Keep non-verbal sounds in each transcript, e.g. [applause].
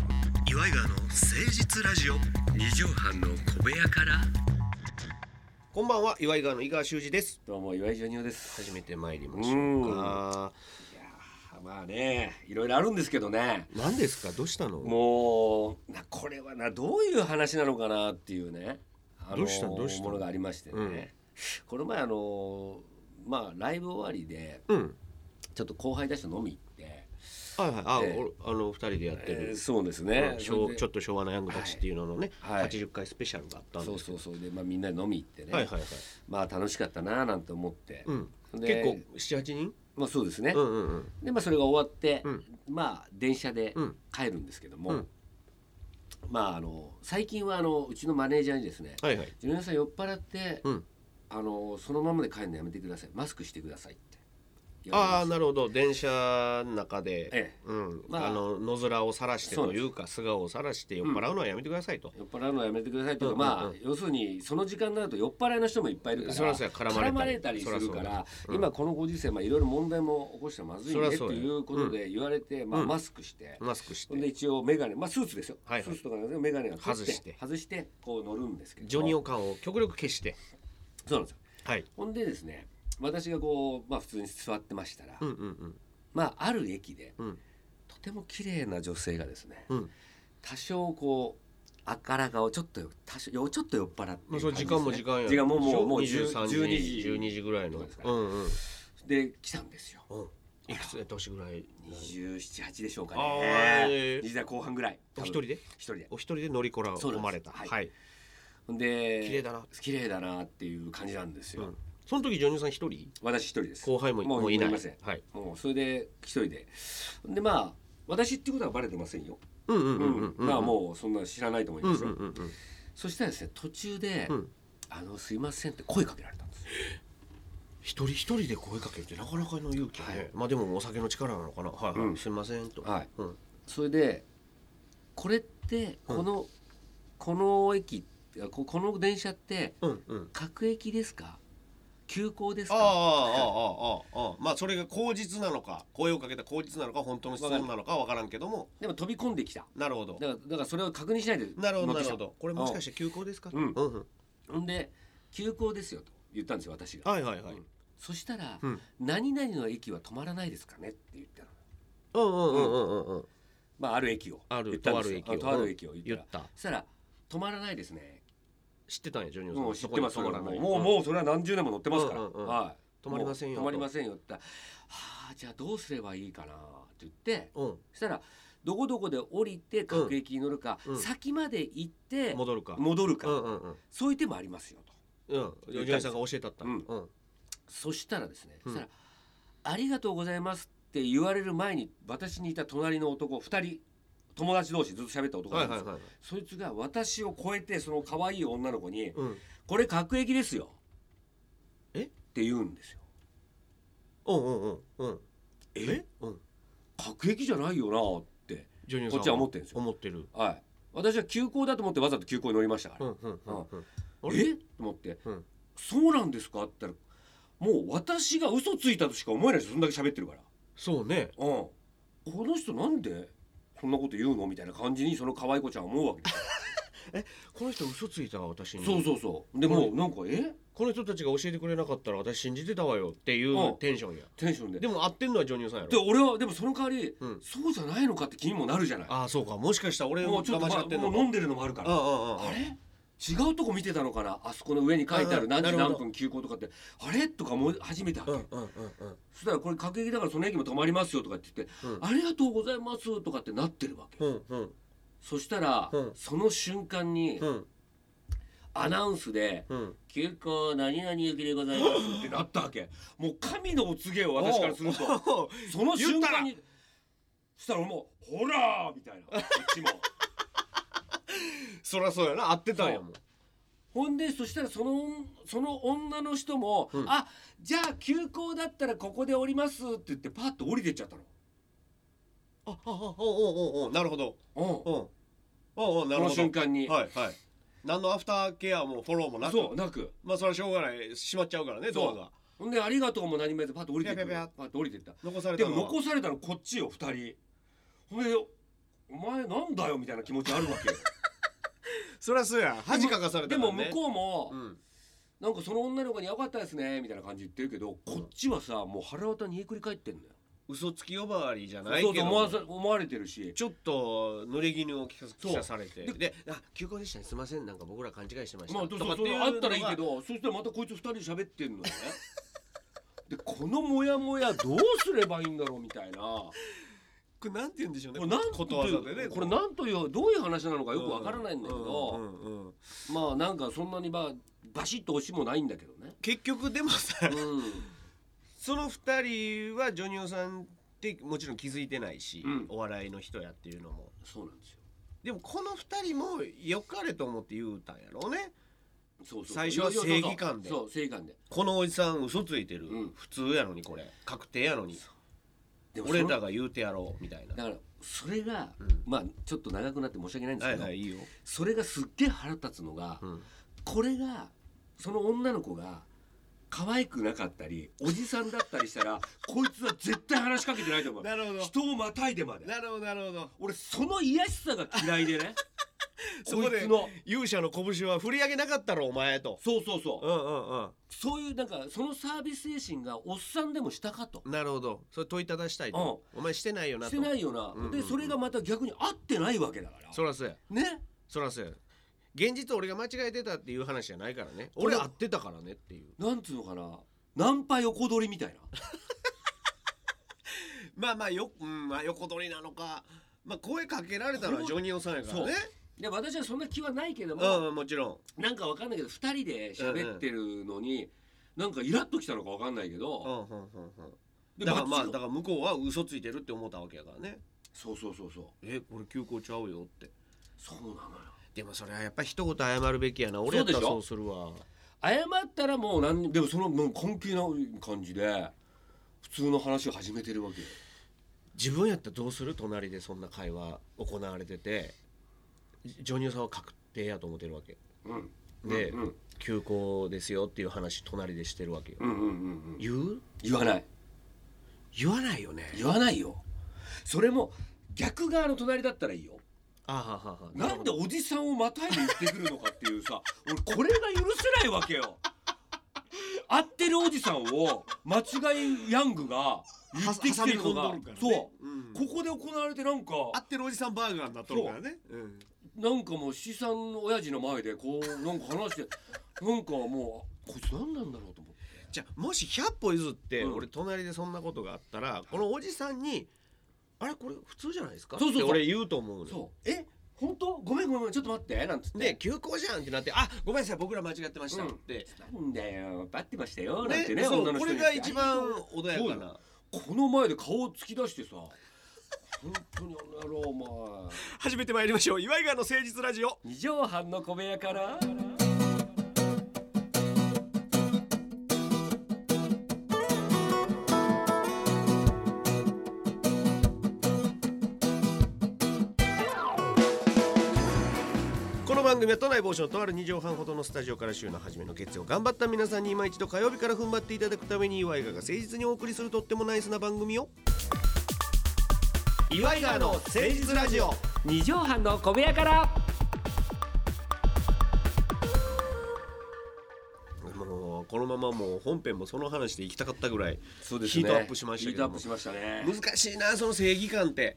イガーの誠実ラジオ二畳半の小部屋からこんばんは岩井川の井川修司ですどうも岩井ジョニオです始めてまいりましょうかまあねいろいろあるんですけどね何ですかどうしたのもうなこれはなどういう話なのかなっていうねあのどうしたどうしたものがありましてね、うんこの前あのまあライブ終わりでうんちょっと後輩たちと飲み行って、はいはいあ、ええおあの二人でやってえるー、、そうですね、うんそ昭れでちょっと昭和のヤングたちっていうののね、はいはい80回スペシャルがあったんそでうすそうそうで、まあ、みんなで飲み行ってね、はいはいはい、まあ楽しかったななんて思って、うん、で結構78人まあそうですね、うんうんうんでまあそれが終わって、うんまあ電車でうん帰るんですけども、うんまああの最近はあのうちのマネージャーにですねはいはい「ジュニアさん酔っ払って、うんあのそのままで帰るのやめてくださいマスクしてください」って言あわあれましなるほど電車の中で、ええうんまああの野面を晒してそうとですいうか素顔を晒して酔っ払うのはやめてくださいとた、酔っ払うのやめてくださいっていうか、うんうんうんまあ要するにその時間になると酔っ払いの人もいっぱいいるからそらそうや絡まれたりするからそらそうだうん今このご時世、まあ、いろいろ問題も起こしてまずいねそっらてそうやいうことで言われて、まあ、うんマスクして、マスクしほんでて一応メガネ、まあ、スーツですよ、はいはいスーツとかなんですけどメガネを取っ外てして外してこう乗るんですけどジョニオ感を極力消してそうなんですよはいほんでですね私がこう、まあ、普通に座ってましたら、うんうんまあ、ある駅でうんうんとても綺麗な女性がですねうん多少こうあから顔ちょっと多少よちょっと酔っ払ってまあそれ時間も時間や時間ももうもう23 10時12時12時ぐらいのそうですかうんうんで来たんですようんいくつ年ぐらい278でしょうかあねー20代後半ぐらいお多分一人で一人でお一人で乗りこらをそうなんです生まれたはいはいほんで綺麗だな綺麗だなっていう感じなんですよ、うんその時ジョニオさん一人私一人です後輩ももういないませんはいもうそれで一人ででまあ私ってことはバレてませんよ、うんうんううんうんまあもうそんな知らないと思いうんまうんすうよ、んうんそしたらですね途中で、うんあのすいません」って声かけられたんですよ一人一人で声かけるってなかなかの勇気ね、はいまあでもお酒の力なのかな「はいはいうんすいません」と、はいうんそれでこれってこの、この駅いやここの電車ってうんうん、各駅ですか急行ですあかあああああああまあそれが口実なのか声をかけた口実なのか本当の質問なのかわからんけどもでも飛び込んできたなるほどだからだからそれを確認しないでなるほど乗っなてるきほたどこれもしかして休校ですかうんうんうん、ほんで急行ですよと言ったんですよ私がはいはいはい、うんそしたら、うん何々の駅は止まらないですかね?」って言ったの、うんうんうんうんうんうんまあ、ある駅をある言ったんですよとある駅をあとある駅を言った言らったそしたら「止まらないですね知ってたんやジョニ」オさんもう知ってますそこにもう止まらないもうもうそれは何十年も乗ってますから、うんうんうんはい、止まりませんよもう止まりませんよって言ったら「はあじゃあどうすればいいかな」って言ってうん、うんそしたら「どこどこで降りて各駅に乗るか、うんうん先まで行って戻るか戻るか、うんうんうんそういう手もありますよ」と。うんジョニオさんが教えたったうんうんそしたらですね、うんそしたら「ありがとうございます」って言われる前に私にいた隣の男2人友達同士ずっと喋った男はないはんですいよはいそいつが私を超えてその可愛い女の子にうん「これ各駅ですよ」えって言うんですよ。うんうんうんうんえうん各駅じゃないよなって、ジョニオさんこっちは思ってるんですよ思ってるはい、私は急行だと思ってわざと急行に乗りましたから、うんうんうんうんあれえと思って、うんそうなんですか?」って言ったらもう私が嘘ついたとしか思えないですよそんだけ喋ってるから。そうねうん、この人なんでそんなこと言うのみたいな感じにその可愛い子ちゃんは思うわけですよこの人嘘ついたわ私にそうそうそうでもうなんかえこの人たちが教えてくれなかったら私信じてたわよっていううんテンションやテンションでででも合ってんのはジョニオさんやろ俺はでもその代わり、うんそうじゃないのかって気にもなるじゃないああそうかもしかしたら俺もうもちょっ騙と、し合まってんものうか飲んでるのもあるからあああああああれ違うとこ見てたのかなあそこの上に書いてある何あな時るほど何分休校とかってあれとか思い始めたわけ、うんうんうんうんそしたらこれ各駅だからその駅も止まりますよとかって言って、うんありがとうございますとかってなってるわけ、うんうんそしたら、うんその瞬間にうんアナウンスで、うん休校何々行きでございますってなったわけもう神のお告げを私からするととその瞬間言にそしたら俺もうほらーみたいなこっ [laughs] ちもそりゃそうやな合ってたんやもんほんでそしたらそのその女の人も「うんあじゃあ休校だったらここで降ります」って言ってパッと降りてっちゃったの。あああおおおおなるほどうんうんおうおうなるそほのど瞬間に、はいはい何のアフターケアもフォローもなくそうなくまあそれはしょうがない閉まっちゃうからねドアがほんで「ありがとう」も何も言わずパッと降りてっピャピャピたパッと降りてった残されでたものは残されたのこっちよ2人ほんでお前なんだよみたいな気持ちある [laughs] わけよそりゃそうやん恥かかされでたかもらね向こうも、うんなんかその女の子に良かったですねみたいな感じ言ってるけどこっちはさもう腹渡にえくり返ってんだよ嘘つき呼ばわりじゃないそうけと思わどさ思われてるしちょっと濡れ衣を着かそ着うさされてで「あ休校でしたねすいませんなんか僕ら勘違いしてました」まあ、とそうかってそういうあったらいいのがけどそしたらまたこいつ二人で喋ってんのよね [laughs] でこのモヤモヤどうすればいいんだろうみたいなここれなんて言うんでしょうねれなんこととわざでいねうこれなんというどういう話なのかよくわからないんだけうどんうんうんまあなんかそんなにばバシッと押しもないんだけどね結局でもさうその二人はジョニオさんってもちろん気づいてないし、うんお笑いの人やっていうのもんそうなんですよでもこの二人も良かれと思って言うたんやろうねそうそう最初は正義感でそう正義感でこのおじさん嘘ついてる、うん普通やのにこれ確定やのにでもその俺らが言うてやろうみたいなだからそれが、んまあちょっと長くなって申し訳ないんですはけいど、はいいいよ、それがすっげえ腹立つのが、んこれがその女の子が可愛くなかったりおじさんだったりし [laughs] たらこいつは絶対話しかけてないと思うなるほど人をまたいでまでなるほどなるほど俺その癒やしさが嫌いでね [laughs] そここいでつの勇者の拳は振り上げなかったろお前とそうそうそう、うんうんそういうなんかそのサービス精神がおっさんでもしたかとうんなるほどそれ問いただしたいと、お前してないよなしとてないような、んうんうんでそれがまた逆に合ってないわけだからそらそうやねそらそうや現実俺が間違えてたっていう話じゃないからねこれ俺合ってたからねっていうなんつうのかなナンパ横取りみたいなまあまあよ、うんまあ、横取りなのか、まあ、声かけられたのはジョニオさんやからねで私はそんな気はないけども、うんもちろんなんかわかんないけど2人で喋ってるのに、なんかイラッときたのかわかんないけうんうど、んうんうんでだからまあバだチがから向こうは嘘ついてるって思ったわけやからねそうそうそうそうえ俺休校ちゃうよってそうなのよでもそれはやっぱ一言謝るべきやな俺やったらそうするわ謝ったらもう何でもそのもう根気の感じで普通の話を始めてるわけよ自分やったらどうする隣でそんな会話行われててジジョニオさんは確定やと思ってるわけうんで、うん休校ですよっていう話隣でしてるわけよ、うんうんうんうん言う言わない言わないよね言わないよそれも逆側の隣だったらいいよあはははなんでおじさんをまたいで行ってくるのかっていうさ俺これが許せないわけよ会ってるおじさんを間違いヤングが言ってきてるのが挟み込んどるからそうねうんここで行われてなんか合ってるおじさんバーガーになっとるからねうんなんかもう資産の親父の前でこうなんか話してなんかもうこいつ何なんだろうと思ってじゃあもし100歩譲って、うん俺隣でそんなことがあったらこのおじさんに「あれこれ普通じゃないですか?」そうそうそうって俺言うと思うのよそうえ本当ごめんごめんちょっと待ってなんつってで休校じゃんってなって「あごめんなさい僕ら間違ってました」うっんて、なんだよ待ってましたよなんねてねそう女のこ人れにが一番ありがとう穏やかなこの前で顔を突き出してさ本当にあの野郎お前始めてまいりましょう岩井川の誠実ラジオ二畳半の小部屋からこの番組は都内某所のとある2畳半ほどのスタジオから週の初めの月曜頑張った皆さんに今一度火曜日から踏ん張っていただくために岩井川が誠実にお送りするとってもナイスな番組よ岩井川の誠実ラジオ二畳半の小部屋からもうこのままもう本編もその話で行きたかったぐらいそうですねヒートアップしましたヒけートアどッもプしましたね難しいなその正義感って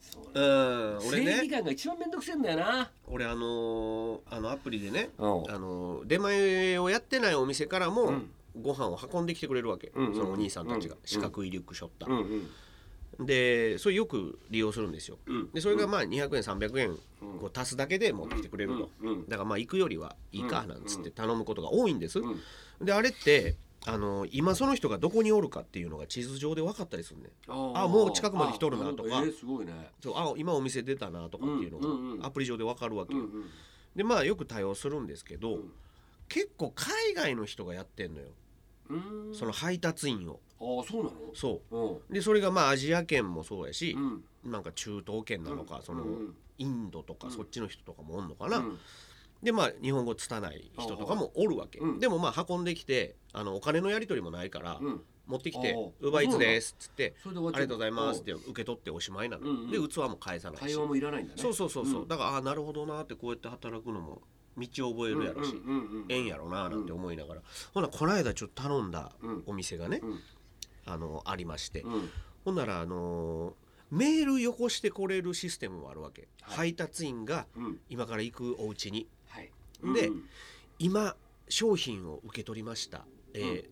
そううねん俺正義ね感が一番めんどくせえんだよな俺あのーあのアプリでね、うんあのー出前をやってないお店からも、うんご飯を運んできてくれるわけ、うんうんそのお兄さんたちが、うん四角いリュック背負った、んうんでそれよく利用するんですようんでそれがまあ200円300円うんこう足すだけで持ってきてくれると、うんうんだからまあ行くよりはいいかうんなんつって頼むことが多いんです、うんであれってあの今その人がどこにおるかっていうのが地図上で分かったりするねああもう近くまで来とるなとかあえーすごいねそうあ今お店出たなとかっていううんうんうのんがアプリ上で分かるわけうよ、んうんでまあよく対応するんですけど、うん結構海外の人がやってんのようんその配達員をああそうなのそうんうでそれがまあアジア圏もそうやしう、んなんか中東圏なのか、そのうんうんインドとかそっちの人とかもおんのかな、うんでまあ日本語つたない人とかもおるわけ、うんでもまあ運んできてあのお金のやり取りもないから、うん持ってきああて「ウーバーイーツです」っつってそれで終「わっちありゃうがとうございます」って受け取っておしまいなの、うんうんで器も返さない会し話もいらないんだねそうそうそうそう、うんだからああなるほどなってこうやって働くのも道を覚えるやろし、うんうんうんうん縁やろななんて思いながら、ほなこの間ちょっと頼んだうんお店がね、うんあのありまして、うんほんならあのーメールよこしてこれるシステムもあるわけ、はい配達員がうん今から行くお家にはいでうん今商品を受け取りました、えー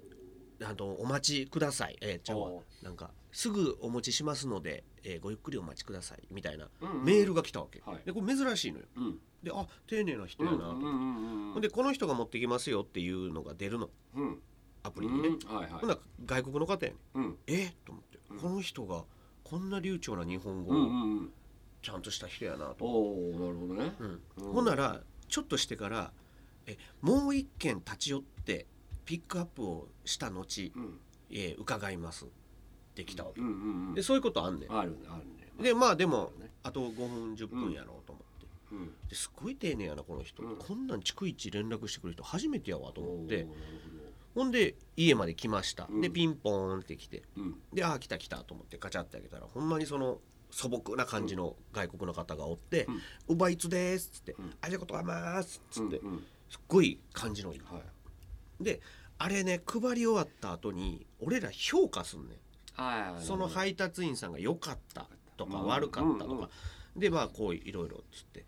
あのお待ちください、えー、ちゃうわおうなんかすぐお持ちしますので、えーごゆっくりお待ちくださいみたいなうんうんメールが来たわけ、はいでこれ珍しいのようんであ丁寧な人やなと、うんうんうんうんほんでこの人が持ってきますよっていうのが出るのうんアプうリにね、んはいほんはなら外国の方やねいうんんえと思って、うんこの人がこんな流暢な日本うん語をうんうんちゃんとした人やなと、おおなるほどねうんうんほんならちょっとしてからえもう一軒立ち寄ってピックアップをした後、うんえー伺いますできたわけ、うんうんうんでそういうことあんねんあるあるねでまあでもねあと5分10分やろうと思って、うんですごい丁寧やなこの人、うんこんなん逐一連絡してくる人初めてやわと思っておーなるほどほんで家まで来ました、うんでピンポーンって来てうんでああ来た来たと思ってガチャって開けたらほんまにその素朴な感じの外国の方がおってうん「ウバイツです」っつってうん「ありがとうございます」っつってうんうんすっごい感じのいいはいであれね配り終わった後に俺ら評価すんねんはいそのい配達員さんが良かったとかうん悪かったとうんうんかでまあこういろいろっつって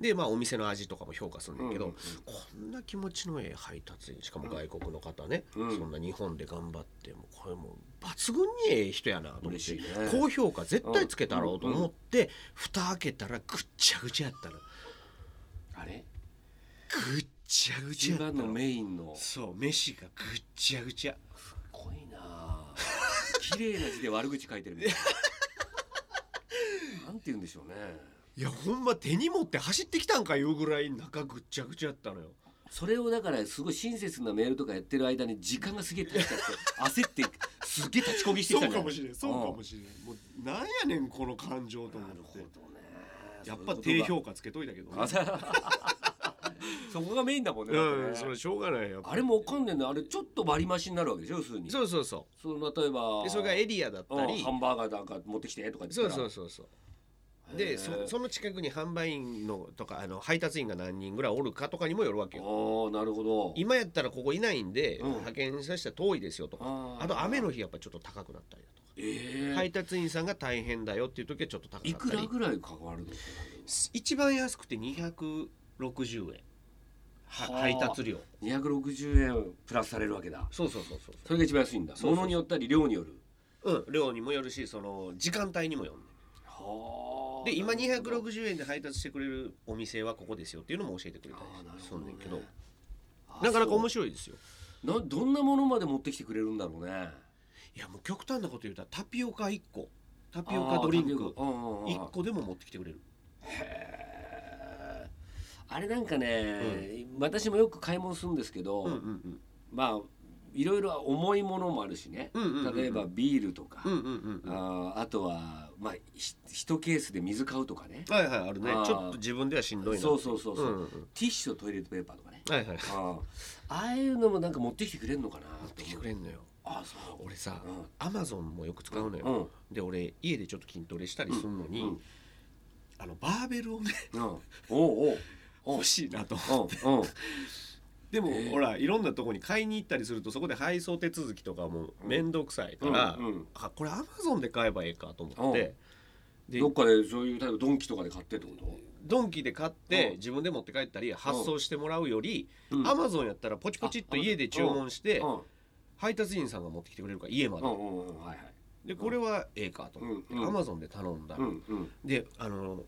でまあお店の味とかも評価するんだけどこんな気持ちのええ配達員しかも外国の方ねうんそんな日本で頑張ってもこれもう抜群にええ人やなと思っ嬉していね高評価絶対つけたろうと思って蓋開けたらぐっちゃぐちゃやったのあれぐっちゃぐち一ゃや番ったののメインのすそう飯がぐっちゃぐちゃごいなあ綺麗な字で悪口書いてる [laughs] みたいななんて言うんでしょうねいやほんま手に持って走ってきたんかいうぐらい中ぐっちゃぐちゃやったのよそれをだからすごい親切なメールとかやってる間に時間がすげえ経っちゃって焦ってすげえ立ちこぎしてそきたうんかじゃなもいしれんそうかもしれんもうなんやねんこの感情と思なるっほてどねやっぱ低そういうこ評価つけといたけどとがあね [laughs] そそこがメインだもんね,うだってね、んそれしょうがないよあれもわかんねえなあれちょっと割り増しになるわけでしょ要するにそうそうそその例えばうでそれがエリアだったうんりハンバーガーなんか持ってきてとか言ったそらうそうそうそうへでえそその近くに販売員のとかあの配達員が何人ぐらいおるかとかにもよるわけよああなるほど今やったらここいないんで、うん派遣させたら遠いですよとかあーあと雨の日やっぱちょっと高くなったりだとか、ええ配達員さんが大変だよっていう時はちょっと高いかっくたらりぐらいかかるの一番安くて260円ははあ配達料260円プラスされるわけだそうそうそうそうそれが一番安いんだそうそうそうものによったり量によるそう、うん、量にもよるしその時間帯にもよるねはあで今なるほど260円で配達してくれるお店はここですよっていうのも教えてくれたああなるりすほるどんだねけどあなかなか面そ白いですようなどんなものまで持ってきてくれるんだろうねいやもう極端なこと言うたらタピオカ1個タピオカドリンあクータピオカうんうんうん1個でも持ってきてくれるへえあれなんかね、う私もよく買い物するんですけど、うんうんまあいろいろ重いものもあるしね、うんうんうんうん例えばビールとか、うんうんうんうんあーあとは、まあ、ひ一ケースで水買うとかねはいはいあるねあーちょっと自分ではしんどいなそうそうそうそう、んんんティッシュとトイレットペーパーとかねはいはい持ああああいうのもなんか持ってきてくれるのかな持っってきてくれんのよああそう俺さうんアマゾンもよく使うのよ、うんで俺家でちょっと筋トレしたりするのに、うんうんあのバーベルをねうんおうおう欲しいなとおううんうんでも、えーほらいろんなとこに買いに行ったりするとそこで配送手続きとかも面倒くさいから、うんうんあこれアマゾンで買えばええかと思って、でどっかでそういう例えばドンキとかで買ってってこドンキで買って、うん自分で持って帰ったり発送してもらうより、と、うんアマゾンやったらポチポチっとあ Amazon 家で注文して、うん配達員さんが持ってきてくれるから家まで、うんうんうんはいはいでこれはええかと思って、うんうんアマゾンで頼んだうら、んうんであの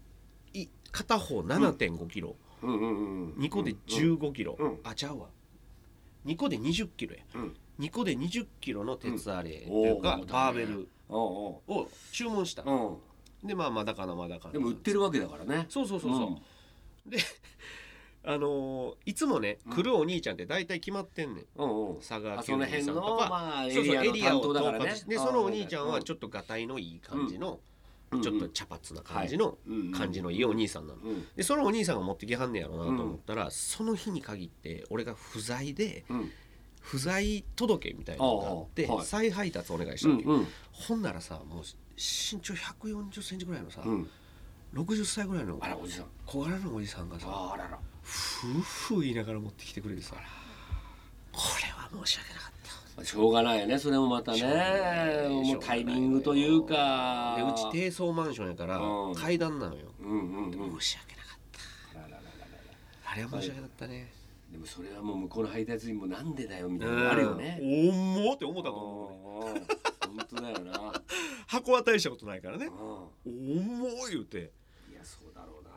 い片方7 5キロ、うんうんうん2個でうん1 5キロ、うんあちゃうわ2個で2 0キロやうん2個で2 0キロの鉄アレイうんというか、おーバーベルおうを注文した、おうでまあまだかなまだかうんなでも売ってるわけだからねそうそうそうそう、あのーいつもね来るお兄ちゃんって大体決まってんねんうんうんうん佐あ賀そ急の便辺さんのとかまあエそうリそうアエのリア担を当だ統から括ねしてでそのお兄ちゃんはょちょっとがたいのいい感じの、うんちょっと茶髪な感じの感じのいいお兄さんなの、うんでそのお兄さんが持ってきはんねやろなと思ったら、その日に限って俺が不在でうん不在届みたいなのがあってああはい再配達お願いしたうんのようんほんならさもう身長1 4 0ンチぐらいのさ、うん60歳ぐらいのあらおじさん小柄のおじさんがさあららふうふう言いながら持ってきてくれてさこれは申し訳なかったしょうがないよねそれもまたしょうがなねいもうタイミングというかでうち低層マンションやからうん階段なのようんうんうん申し訳なかっあららららららたあれは申し訳なかったねでもそれはもう向こうの配達員もなんでだよみたいなうんのあるよね重っって思ったと思うね思う本当だよな箱は大したことないからねう重い言うてんいやそうだろうな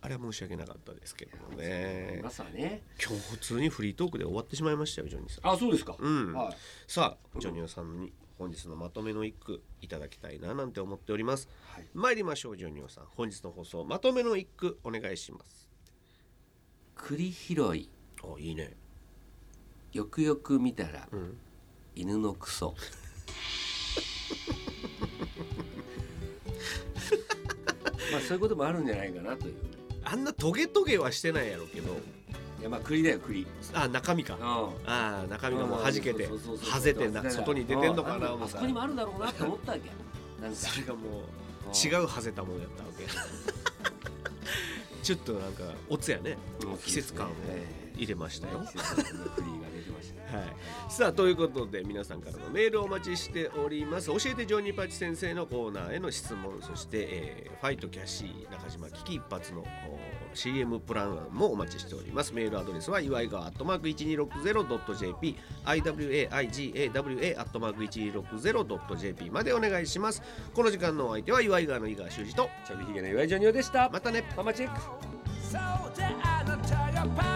あれは申し訳なかったですけどもいねやそう思いますわね今日普通にフリートークで終わってしまいましたよジョニーさんあそうですかうん、はいさあジョニーさんに本日のまとめの一句いただきたいななんて思っておりますはい参りましょうジョニーさん本日の放送まとめの一句お願いします栗拾いあいいねよくよく見たらうん犬のク [laughs] ソまあそういうこともあるんじゃないかなというあんなトゲトゲはしてないやろうけどいやまあ栗だよ栗あ中身かうんああ中身がもう弾けてそうそうそうはぜてなだから外に出てんのかなうん思あったそらこにもあるだろうなって思ったわけなんかそれがもうう違うはぜたもんやったわけちょっとなんかおつやねん季節感を入れましたよ季節感の栗が出てましたねはい、さあということで皆さんからのメールをお待ちしております教えてジョニーパチ先生のコーナーへの質問そして、えーファイトキャシー中島危機一発のお CM プラン案もお待ちしておりますメールアドレスは祝いがアットマーク 1260.jp iwaigawa アットマーク 1260.jp までお願いしますこの時間のお相手は祝いがの井川修司とちょびひげの岩井ジョニオでしたまたねママチェック So that I tell you,